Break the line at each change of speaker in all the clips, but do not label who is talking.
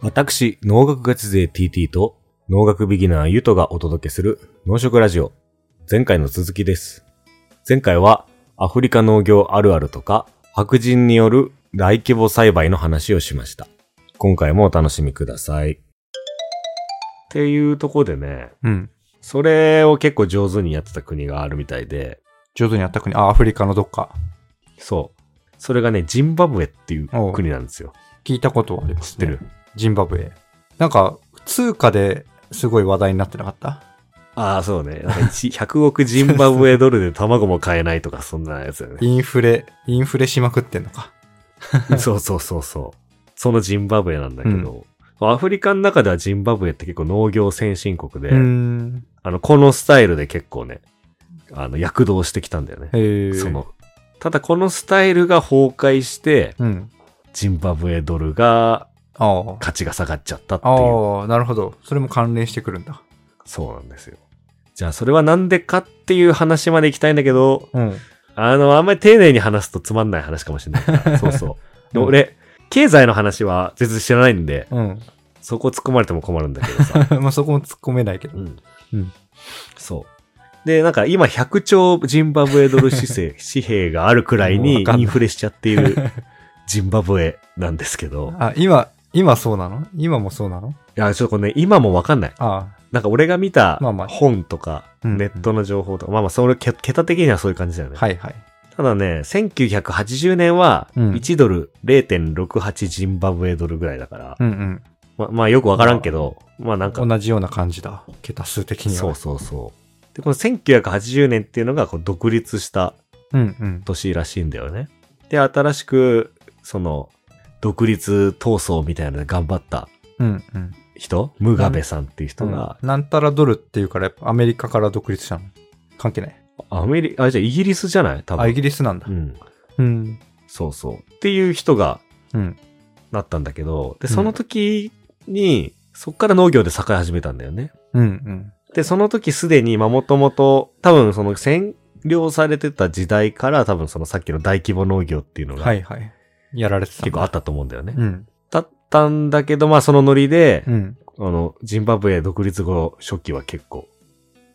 私、農学ガチ勢 TT と農学ビギナーゆとがお届けする農食ラジオ。前回の続きです。前回はアフリカ農業あるあるとか白人による大規模栽培の話をしました。今回もお楽しみください。っていうとこでね、
うん。
それを結構上手にやってた国があるみたいで、
上手にやった国。あ、アフリカのどっか。
そう。それがね、ジンバブエっていう
おう
国なんですよ。
聞いたことはあります、
知ってる。
ジンバブエ。なんか、通貨ですごい話題になってなかった
ああ、そうね。なんか一 100億ジンバブエドルで卵も買えないとか、そんなやつだよね。
インフレ、インフレしまくってんのか。
そうそうそうそう。そのジンバブエなんだけど、アフリカの中ではジンバブエって結構農業先進国で、
うーん。
あの、このスタイルで結構ね、あの、躍動してきたんだよね。
へえ。
その、ただこのスタイルが崩壊して、
うん。
ジンバブエドルが
ああ。
価値が下がっちゃったっていう。
ああ、なるほど。それも関連してくるんだ。
そうなんですよ。じゃあそれはなんでかっていう話まで行きたいんだけど、
うん。
あの、あんまり丁寧に話すとつまんない話かもしれない から。そうそう。で
うん
俺、経済の話は全然知らないんで、
うん。
そこ突っ込まれても困るんだけどさ。
まあそこも突っ込めないけど。
うん。
うん
そう。で、なんか今100兆ジンバブエドル紙 幣紙幣があるくらい
もう
に
わかんない
インフレしちゃってい るジンバブエなんですけど。
あ、今、今そうなの今もそうなの
いや、ちょっとね、今もわかんない。
あ
なんか俺が見た
まあまあ
本とか、
うん
ネットの情報とか、まあまあ、それ、け桁的にはそういう感じだよ
あ、
ね。
はいはい。
ただね、1980年は、
うん
1ドル0.68ジンバブエドルぐらいだから、
うん
ままあよくわからんけど、まあなん
う
か
ん。、同じような感じだ。桁数的には。
そうそうそう。で、この1980年っていうのがこう独立した
う。うんうん。
年らしいんだよね。で、新しく、その、独立闘争みたいなので頑張った
うんうん。
人、ムガベさんっていう人が、
うんなんたらドルっていうから、やっぱアメリカから独立したの。関係ない。
アメリカ、あ、じゃあイギリスじゃない多分。
あ、イギリスなんだ
う。ん。
うん。
そうそう。っていう人が
うん。
なったんだけど、で、
うん
その時に、そっから農業で栄え始めたんだよね。
うんうん。
で、その時すでに、まあ、もともと、多分その占領されてた時代から、多分そのさっきの大規模農業っていうの
は
が
いはい。やられてたんだ。
結構あったと思うんだよね。
うん。
だったんだけど、まあ、そのノリで
う、ん。
あの、ジンバブエ独立後初期は結構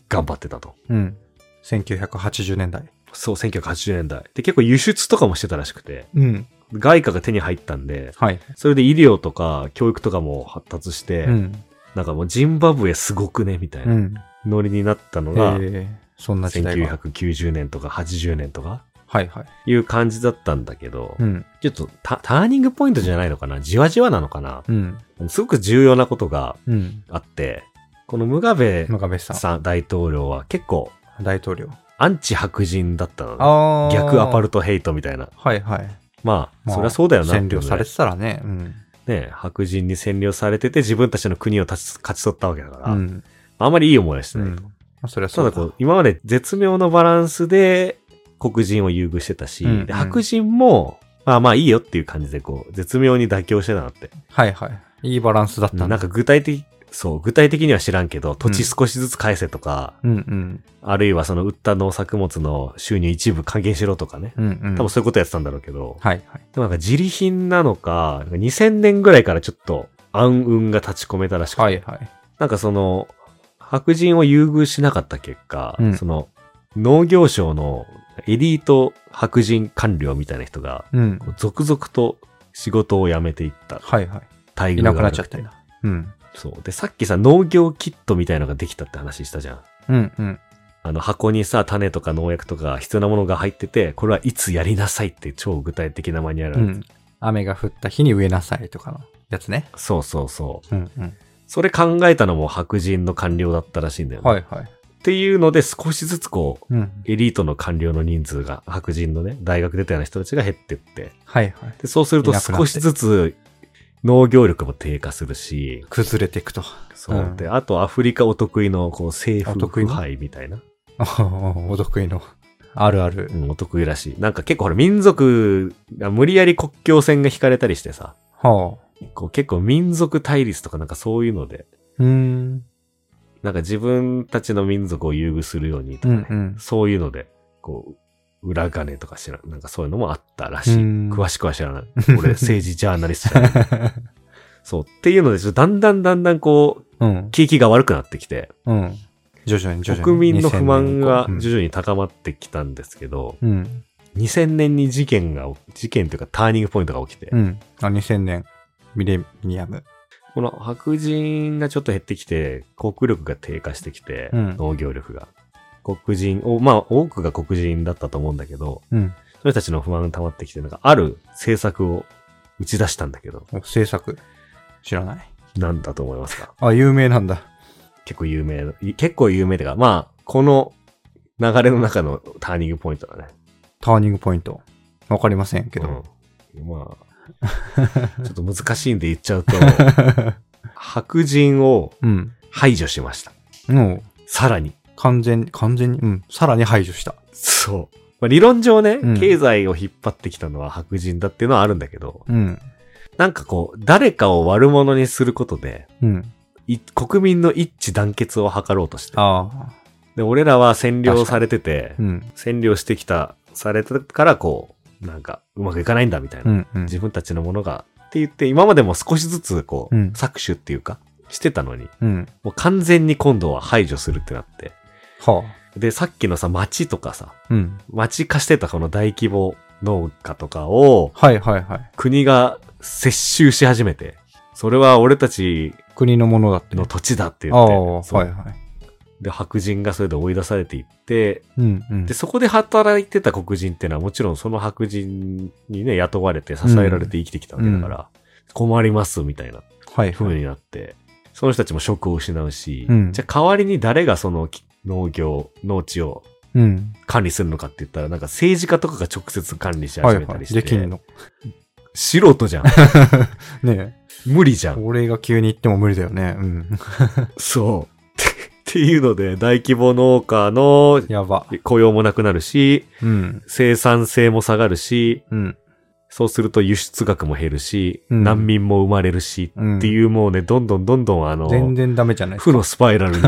頑張ってたと。
うん。1980年代。
そう、1980年代。で、結構輸出とかもしてたらしくて、
うん。
外貨が手に入ったんで、
はい。
それで医療とか教育とかも発達して、
うん。。
なんかもうジンバブエすごくね、みたいうなんノリになったのが、
へえ。そんな時代が。
1990年とか80年とか
はいはい。
いう感じだったんだけど、
うん。
ちょっとタターニングポイントじゃないのかなじわじわなのかな
うん。
すごく重要なことが
うん。
あって、このムガベ
ムガベさん、
さん大統領は結構
大統領。
アンチ白人だったのね。
ああ。
逆アパル
ト。
トヘイトみたいな。
はいはい。
まあ、
まあ
そりゃそうだよなっていう
占
ので。
領されてたらね。うん。
ね、白人に占領されてて自分たちの国を立ち勝ち取ったわけだから、
うん。
あんまりいい思いはして
う
ない。
ん。まあそれは
た
そう
だこう、今まで絶妙のバランスで黒人を優遇してたし、
うん
で白人も、まあまあいいよっていう感じでこう、絶妙に妥協してたなって。
はいはい。いいバランスだったんだ。
なんか具体的、そう、具体的には知らんけど、土地少しずつ返せとか、
うんうん。
あるいはその売った農作物の収入一部還元しろとかね。
うんうん。
多分そういうことやってたんだろうけど、
はいはい。
でもなんか自利品なのか、なんか2000年ぐらいからちょっと暗雲が立ち込めたらしくて、
はいはい。
なんかその、白人を優遇しなかった結果、
うん
その、農業省のエリート白人官僚みたいな人が、
うん。
こう続々と仕事を辞めていった
はいは
待
い。い
遇
な
が
くなっちゃった
悪
ん
く
だ。うん。
そう。で、さっきさ、農業キットみたいのができたって話したじゃん。
うんうん。
あの箱にさ、種とか農薬とか必要なものが入ってて、これはいつやりなさいって超具体的なマニュアル
う
ある、
ん。雨が降った日に植えなさいとかのやつね。
そうそうそう。
うんうん。
それ考えたのも白人の官僚だったらしいんだよね。
はいはい。
っていうので少しずつこう、
うん。
エリートの官僚の人数が、白人のね、大学出たような人たちが減ってって。
はいはい。
で、そうすると
いなくなって
少しずつ農業力も低下するし、
崩れていくと。
そう。
うん
で、あとアフリカお得意の、こう、政
お
府
得意
腐
の
敗みたいな。
お得意の。あるある
う。ん、お得意らしい。なんか結構ほら、民族が無理やり国境線が引かれたりしてさ、
はあ。
こう結構民族対立とかなんかそういうので、
うーん。
なんか自分たちの民族を優遇するようにと
う
か
ん
ね、
うん。
そういうので、こう、裏金とか知らん、なんかそういうのもあったらしい。
うん。
詳しくは知らない。俺、政治ジャーナリストじゃないそう。っていうので、ちょっとだんだんだんだんこう、
うん。
景気が悪くなってきて、
うん。徐々に徐々に。
国民の不満が
2000年以降
徐々に高まってきたんですけど、
うん。うん。
2000年に事件が、事件というかターニングポイントが起きて、
うん。あ、2000年。ミレニアム。
この白人がちょっと減ってきて、国力が低下してきて、
うん
農業力が。黒人を、まあ多くが黒人だったと思うんだけど、
うん。
それたちの不満が溜まってきて、なんかある政策を打ち出したんだけど、
お制作。知らない。
なんだと思いますか
あ、有名なんだ。
結構有名、い結構有名だが、まあ、この流れの中のターニングポイントだね。
ターニングポイント。わかりませんけど。
うんまあ、 ちょっと難しいんで言っちゃうと、 白人を
うん。
排除しました。
も う、
さらに。
完全に、完全に、うん。さらに排除した。
そう。まあ、理論上ね、
うん
経済を引っ張ってきたのは白人だっていうのはあるんだけど、
うん。
なんかこう、誰かを悪者にすることで、
うん。
い国民の一致団結を図ろうとして。
ああ。
で、俺らは占領されてて、
うん。
占領してきた、されたからこう、なんか、うまくいかないんだみたいな。
うん。うん。
自分たちのものが、って言って、今までも少しずつこう、
うん
搾取っていうか、してたのに、
うん。
もう完全に今度は排除するってなって。
は
で、さっきのさ、町とかさ、
あ。うん。
町化してたこの大規模農家とかを、
はいはいはい。
国が接収し始めて、それは俺たち
国のものだって。
の土地だって言
あ
って、
あ、
そう
はいはい。
で、白人がそれで追い出されていって、
うん。うん
で、。そこで働いてた黒人っていうのはもちろんその白人にね、雇われて支えられて生きてきたわけだから、困りますみたいな
はいは
風
い。
になって、その人たちも職を失うし、
うん
じゃあ代わりに誰がそのき農業、農地を
うん。
管理するのかって言ったら、なんか政治家とかが直接管理し
はい
始め
は
た
い。
りして、
できんの。
素人 じゃん。
ね
無理じゃ
え。
ん。
俺が急に行っても無理だよね。うん。
そう。っていうので、大規模農家の
やば。
雇用もなくなるし、
うん。
生産性も下がるし、
うん。
そうすると輸出額も減るし、
うん
難民も生まれるし、
うん。
っていうもうね、どんどんどんどんあの、
全然ダメじゃない。
負のスパイラルに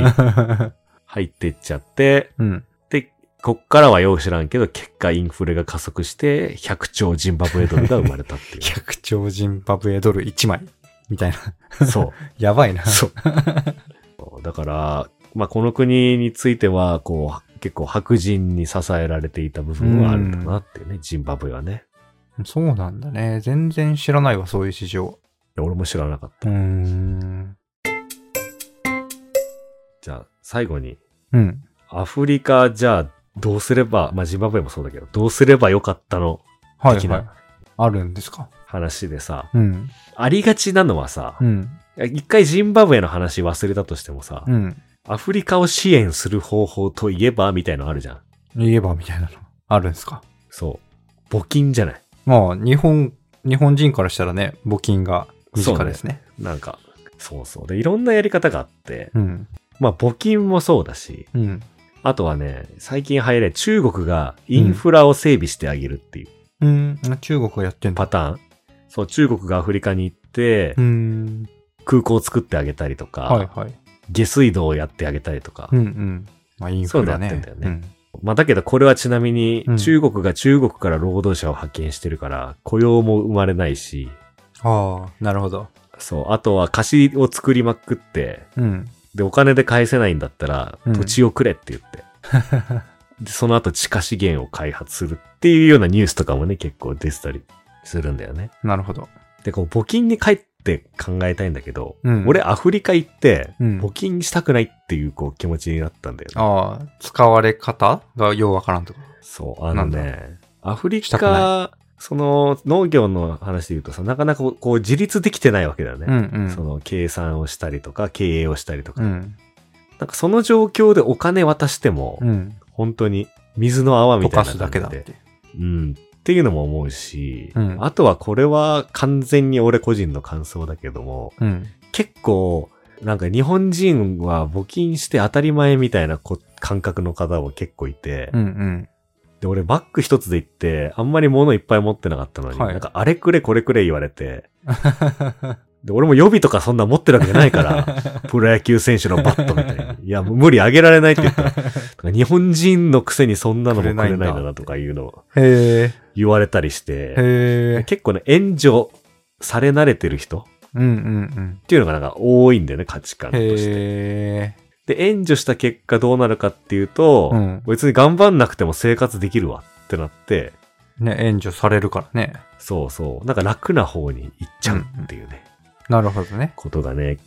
入ってっちゃって、
うん。
で、こっからはよう知らんけど、結果インフレが加速して、100兆ジンバブエドルが生まれたってい
100兆ジンバブエドル1枚。みたいな。
う。そ
やばいな
う。。そう。だから、まあ、この国については、こう、結構白人に支えられていた部分はあるんだなっていうね、ジンバブエはね。
そうなんだね。全然知らないわ、そういう市場。
いや俺も知らなかった。
うーん。
じゃあ、最後に、
うん。
アフリカ、じゃあ、どうすれば、まあ、ジンバブエもそうだけど、どうすればよかったの
はい、
的
はい
な。
あるんですか。
話でさ、
うん。
ありがちなのはさ
う、ん。
一回ジンバブエの話忘れたとしてもさ
う、ん。
アフリカを支援する方法といえば、みたいのあるじゃん。
言えばみたいなの。あるんですか。
そう。募金じゃない。
まあ、日本、日本人からしたらね、募金が身近ですね。
なんか、そうそう。で、いろんなやり方があって、
うん。
まあ、募金もそうだし、
うん。
あとはね、最近入れ、中国がインフラを整備してあげるっていう
うん。中国がやってんだ。
パターン。そう、中国がアフリカに行って
う、ん。
空港を作ってあげたりとか、
はいはい。
下水道をやってあげたりとか。
うんうん。まあ、インフラね。
そういうのやってんだよまあ、だけどこれはちなみに
うん、
中国が中国から労働者を派遣してるから、雇用も生まれないし、
うん。ああ、なるほど。
そう、あとは貸しを作りまくって、
うん。
で、お金で返せないんだったら
うん、
土地をくれって言って、で、その後地下資源を開発するっていうようなニュースとかもね、結構出てたりするんだよね。
なるほど。
で、こう、募金に帰って考えたいんだけど、
うん
俺アフリカ行って、
うん
募金したくないっていう、こう、気持ちになったんだよね。
ああ、使われ方がようわからんとか。
そう、あの
な
ね、アフリ
したく
カ、
な
その農業の話で言うとさ、なかなかこうこう自立できてないわけだよ
う
ね。
んうん。
その計算をしたりとか、経営をしたりとか。
うん。
なんかその状況でお金渡しても、
うん。
本当に水の泡み
溶
たいな感
かす
じ
だけだっ
で
て。
うん。っていうのも思うし、
うん
あとはこれは完全に俺個人の感想だけども、
うん。
結構、なんか日本人は募金して当たり前みたいなこ感覚の方も結構いて、
うん
で、俺バッグ一つで行って、あんまり物いっぱい持ってなかったのに、
はい
なんかあれくれこれくれ言われて、 で、俺も予備とかそんな持ってるわけじゃないから、プロ野球選手のバットみたいな。いや、もう無理あげられないって言ったら、だから日本人のくせにそんなのもくれないんだなとかいうのを
うん。へえ。
言われたりして、
へえ。
結構ね、援助され慣れてる人
うんうん
ていうのがなんか多いんだよね、価値観
うん。
として。
へえ。
で、援助した結果どうなるかっていうと、
うん
別に頑張んなくても生活できるわってなって、
ね、援助されるからね。
そうそう、なんか楽な方に行っちゃうっていうね、
なるほどね。
ことがね、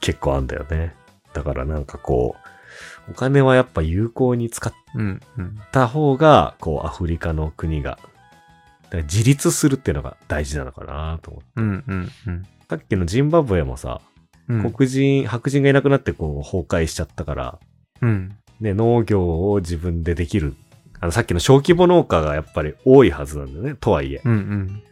結構あんだよね。だからなんかこう、お金はやっぱ有効に使っ
うんうん。
た方が、こう、アフリカの国が、だから自立するっていうのが大事なのかなと思って。
うんうんうん
さっきのジンバブエもさ、
うん。
黒人、白人がいなくなってこう崩壊しちゃったから、
うん。
ね、農業を自分でできる。あの、さっきの小規模農家がやっぱり多いはずなんだよね。とはいえ、
うんうん。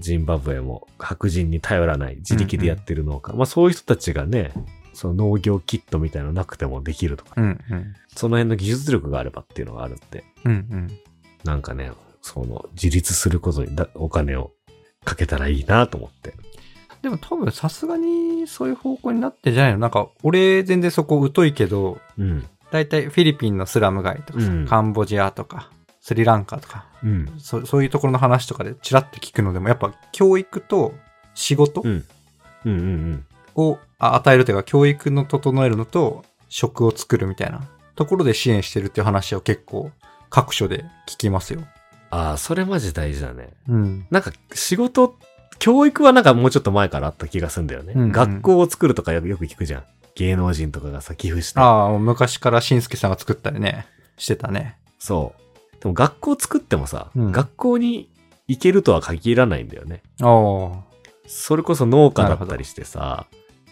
ジンバブエも白人に頼らない自力でやってる農家。まあそういう人たちがね、その農業キットみたいなのなくてもできるとか、
うんうん。
その辺の技術力があればっていうのがあるって、
うんうん。
なんかね、その自立することにだお金をかけたらいいなと思って。
でも多分さすがにそういう方向になってんじゃないのなんか俺全然そこ疎いけど、
うん。
だいたいフィリピンのスラム街とかさ、
うん
カンボジアとか、スリランカとか、
うん。
そそういうところの話とかでチラッと聞くのでも、やっぱ教育と仕事
うん。うんうんうん。
を、あ与えるというか、教育の整えるのと、職を作るみたいなところで支援してるっていう話を結構各所で聞きますよ。
ああ、それマジ大事だね。
うん。
なんか仕事、教育はなんかもうちょっと前からあった気がするんだよね。
うんうん
学校を作るとかよくよく聞くじゃん。芸能人とかがさ、寄付して。
ああ、もう昔からしんすけさんが作ったりね、してたね。
そう。でも学校作ってもさ、
うん
学校に行けるとは限らないんだよね。
ああ、
それこそ農家だったりしてさ、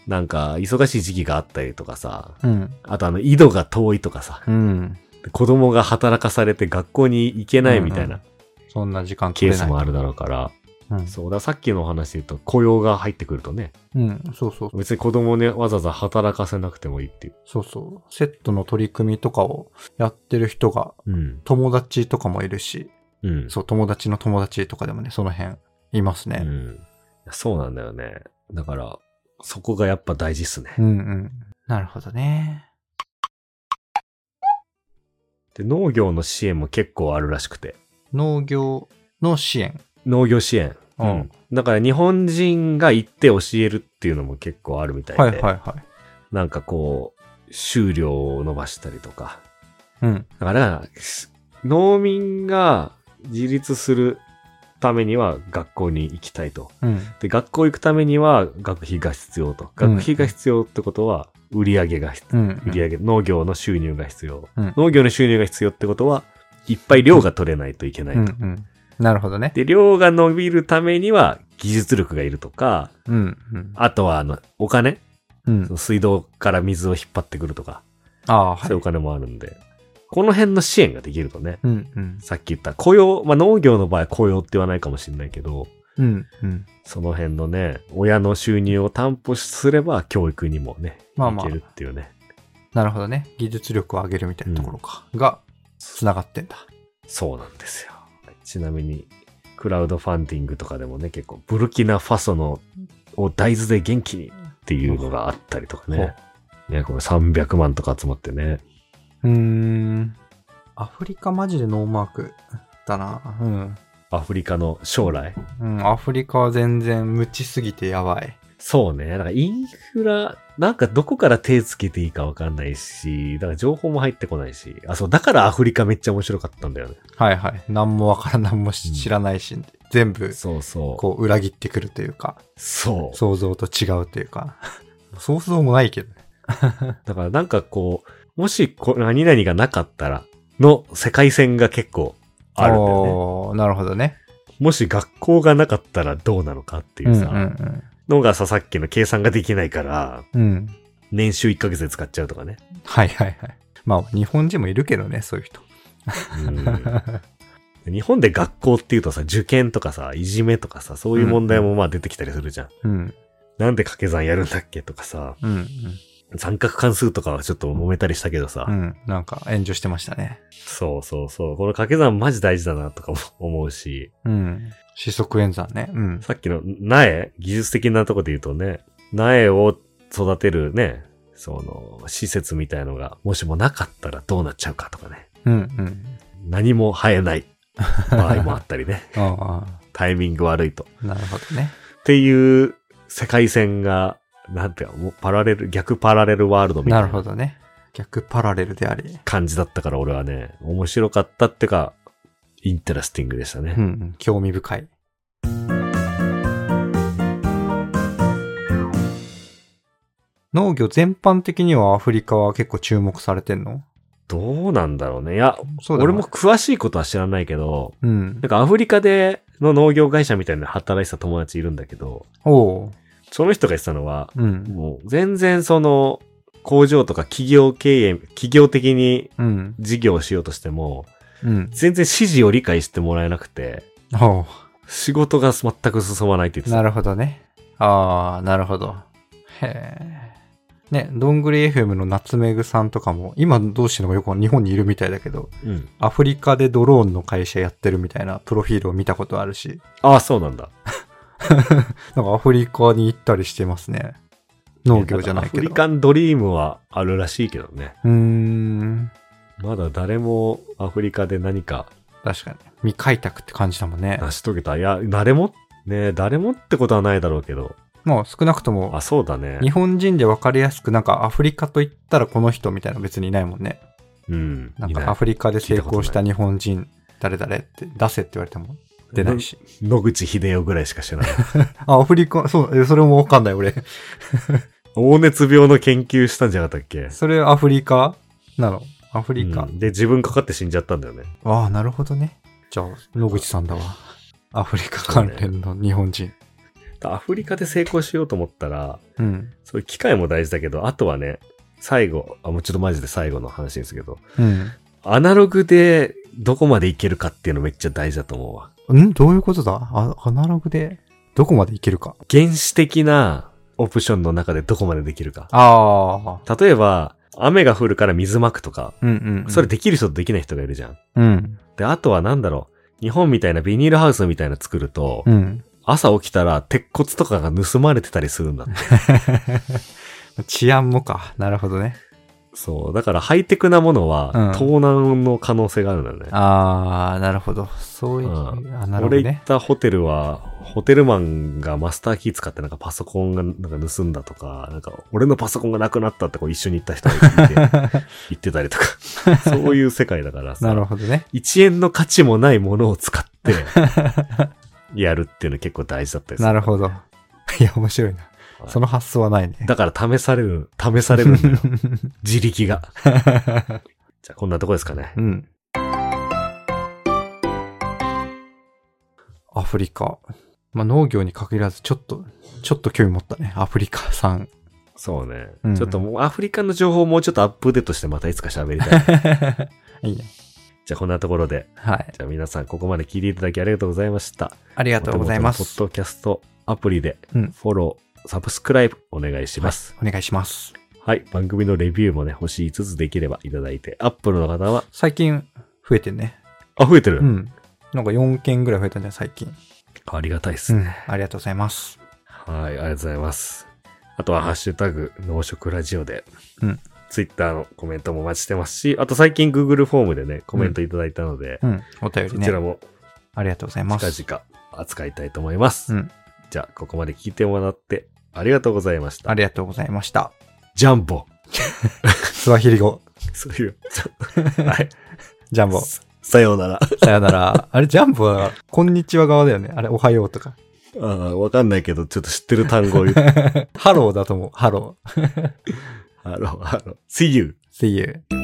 なんか忙しい時期があったりとかさ、
うん、
あとあの井戸が遠いとかさ、
うん。
子供が働かされて学校に行けないみたい
うん
な
そんな時間取
ケー
れ
ス
ない。
もあるだろうから、
うん、
そうだ、さっきのお話で言うと雇用が入ってくるとね、
うん、そうそう。
別に子供をね、わざわざ働かせなくてもいいっていう。
そうそう。セットの取り組みとかをやってる人が、
うん。
友達とかもいるし、
うん。
そう、友達の友達とかでもね、その辺、います
う
ね。
ん。そうなんだよね。だから、そこがやっぱ大事っすね。
うん、うん、なるほどね。
で、農業の支援も結構あるらしくて。
農業の支援。
農業支援。
うん。
だから日本人が行って教えるっていうのも結構あるみたいで。
はいはいはい。
なんかこう、収量を伸ばしたりとか。
うん、
だから、し農民が自立するためには学校に行きたいと。
うん、
で、学校行くためには学費が必要と。
うん
学費が必要ってことは、売り上げが必
う
要。
ん。
売り上げ、農業の収入が必要。
うん
農業の収入が必要ってことは、いっぱい量が取れないといけない
うん、
と。
うん。なるほどね。
で、量が伸びるためには、技術力がいるとか、
うん、うん。
あとは、あの、お金、
うん
そ、の水道から水を引っ張ってくるとか、
ああ、は
そういうお
い。
金もあるんで、この辺の支援ができるとね、
うん、うん。
さっき言った雇用、まあ農業の場合は雇用って言わないかもしれないけど、
うん、うん。
その辺のね、親の収入を担保すれば教育にもね、
まあまあ
いけるっていうね。
なるほどね。技術力を上げるみたいなところか。が、つながってんだ。
そうなんですよ。ちなみに、クラウドファンディングとかでもね、結構、ブルキナファソのを大豆で元気にっていうのがあったりとかね。ね、これ300万とか集まってね。
うーん。アフリカマジでノーマークだな。
アフリカの将来。
うん。うん、アフリカは全然無知すぎてやばい。
そうね。なんかインフラ、なんかどこから手つけていいかわかんないし、だから情報も入ってこないし。あ、そう、だからアフリカめっちゃ面白かったんだよね。
はいはい。何もわからん、何も
う
し
ん
知らないし、全部、
そうそう。
こう、裏切ってくるというか、
そう。
想像と違うというか、 想像もないけどね。
だからなんかこう、もしこ何々がなかったらの世界線が結構あるんだよね。
おーなるほどね。
もし学校がなかったらどうなのかっていううん
う
さ、
ん
のがさ、さっきの計算ができないから、
うん。うん。
年収1ヶ月で使っちゃうとかね。
はいはいはい。まあ、日本人もいるけどね、そういう人。
うん日本で学校っていうとさ、受験とかさ、いじめとかさ、そういう問題もまあ出てきたりするじゃん。
うん。
なんで掛け算やるんだっけとかさ、
うんうん。
三角関数とかはちょっと揉めたりしたけどさ、
うん。なんか、炎上してましたね。
そうそうそう、この掛け算マジ大事だなとかも思うし、
うん。四則演算ね。うん。
さっきの苗、技術的なとこで言うとね、苗を育てるね、その、施設みたいのが、もしもなかったらどうなっちゃうかとかね。
うんうん。
何も生えない 場合もあったりね。
あ
タイミング悪いと。
あ、なるほどね。
っていう世界線が、なんていうか、もうパラレル、逆パラレルワールドみた
ないる
な
ほどね。逆パラレルであり。
感じだったから俺はね、面白かったってか、インテラスティングでしたね。
うんうん、興味深い。農業全般的にはアフリカは結構注目されてんの
どうなんだろうね。いや、
そうだな
俺も詳しいことは知らないけど、
うん
なん。かアフリカでの農業会社みたいなので働いてた友達いるんだけど、
おう。
その人が言ってたのは、
うん。
もう全然その工場とか企業経営、企業的に
うん。
事業をしようとしても、
うん。
全然指示を理解してもらえなくて、
お
仕事が全く進まないって言っ
う。
てた。
なるほどね。ああ、なるほど。へえ。ね、どんぐり FM のナツメグさんとかも、今どうしてるのかよく日本にいるみたいだけど、
うん。
アフリカでドローンの会社やってるみたいなプロフィールを見たことあるし、
ああ、そうなんだ。
なんかアフリカに行ったりしてますね。農業じゃないけ
アフ
ど。
リカンドリームはあるらしいけどね。
うーん。
まだ誰もアフリカで何か
確かに。未開拓って感じだもんね。
成し遂げた。いや、誰もね誰もってことはないだろうけど。
もう少なくとも
あ、、そうだね。
日本人で分かりやすく、なんかアフリカと言ったらこの人みたいな別にいないもんね。
うん。
なん
いない
かアフリカで成功した
聞
日本人、誰々って出せって言われても出ないし。
野口英世ぐらいしかしてない。
あ、アフリカ、そう、えそれも分かんない俺。
黄熱病の研究したんじゃなかったっけ
それアフリカなのアフリカ。
うんで、自分かかって死んじゃったんだよね。
ああ、なるほどね。じゃあ、野口さんだわ。アフリカ関連の日本人。
アフリカで成功しようと思ったら、
うん。
そういう機会も大事だけど、あとはね、最後、あ、もうちょっとマジで最後の話ですけど、
うん。
アナログでどこまでいけるかっていうのめっちゃ大事だと思うわ。
んどういうことだあアナログでどこまでいけるか。
原始的なオプションの中でどこまでできるか。
ああ。
例えば、雨が降るから水まくとか、
うんうん、
それ。できる人とできない人がいるじゃん。
うん。
で、あとはなんだろう。日本みたいなビニールハウスみたいなの作ると、
うん。
朝起きたら鉄骨とかが盗まれてたりするんだっ て。
治安もか。なるほどね。
そう。だからハイテクなもの
うん
は、盗難の可能性があるんだよね。
ああ、なるほど。そういう、
うん
あなるほ
俺
ど
行っ
ね。
たホテルは、ホテルマンがマスターキー使ってなんかパソコンがなんか盗んだとか、なんか俺のパソコンがなくなったってこう一緒に行った人が いて言ってたりとか、そういう世界だから
なる
さ、
ほどね。
1円の価値もないものを使 って、やるっていうの結構大事だったりする
なるほど。いや、面白いな。
はい
その発想はないね。
だから試される、試されるん だよ。自力が。じゃあこんなとこですかね
う。ん。アフリカ。まあ、農業に限らず、ちょっと、ちょっと興味持ったね。アフリカさ ん。
そうね、
うん
ちょっともうアフリカの情報をもうちょっとアップデートしてまたいつか喋 りたい。
いいね。
じゃあこんなところで。
はい。
じゃあ皆さんここまで聞いていただきありがとうございました。
あり
あ
がとうございます。
ポッドキャストアプリでフ
うん
ォロー、サブスクライブお願いします。
お願いします。
はい、番組のレビューもね、星5つできればいただいて、アップルの方は、
最近増えてんね。
あ、増えてる、
うん。なんか4件ぐらい増えたんじゃん、最近。
ありがたいです
う
ね、
ん。ありがとうございます。
はい、ありがとうございます。あとは、ハッシュタグ、農食ラジオで、
うん
ツイッターのコメントもお待ちしてますし、あと最近 Google フォームでね、コメントいただいたので、
うん。お便り
そ
ね
ち。らも
ありがとうございます。
近々扱いたいと思います。
うん。
じゃあ、ここまで聞いてもらってありがとうございました。
ありがとうございました。
ジャンボ。
スワヒリ語。
そういう、ちょ っとはい。
ジャンボ。
さようなら。
さよなら。あれ、ジャンボは、こんにちは側だよね。あれ、おはようとか。
ああ、わかんないけど、ちょっと知ってる単語を言っ て。
ハローだと思う。ハロー。
ハロー、ハロー。See you!
See you.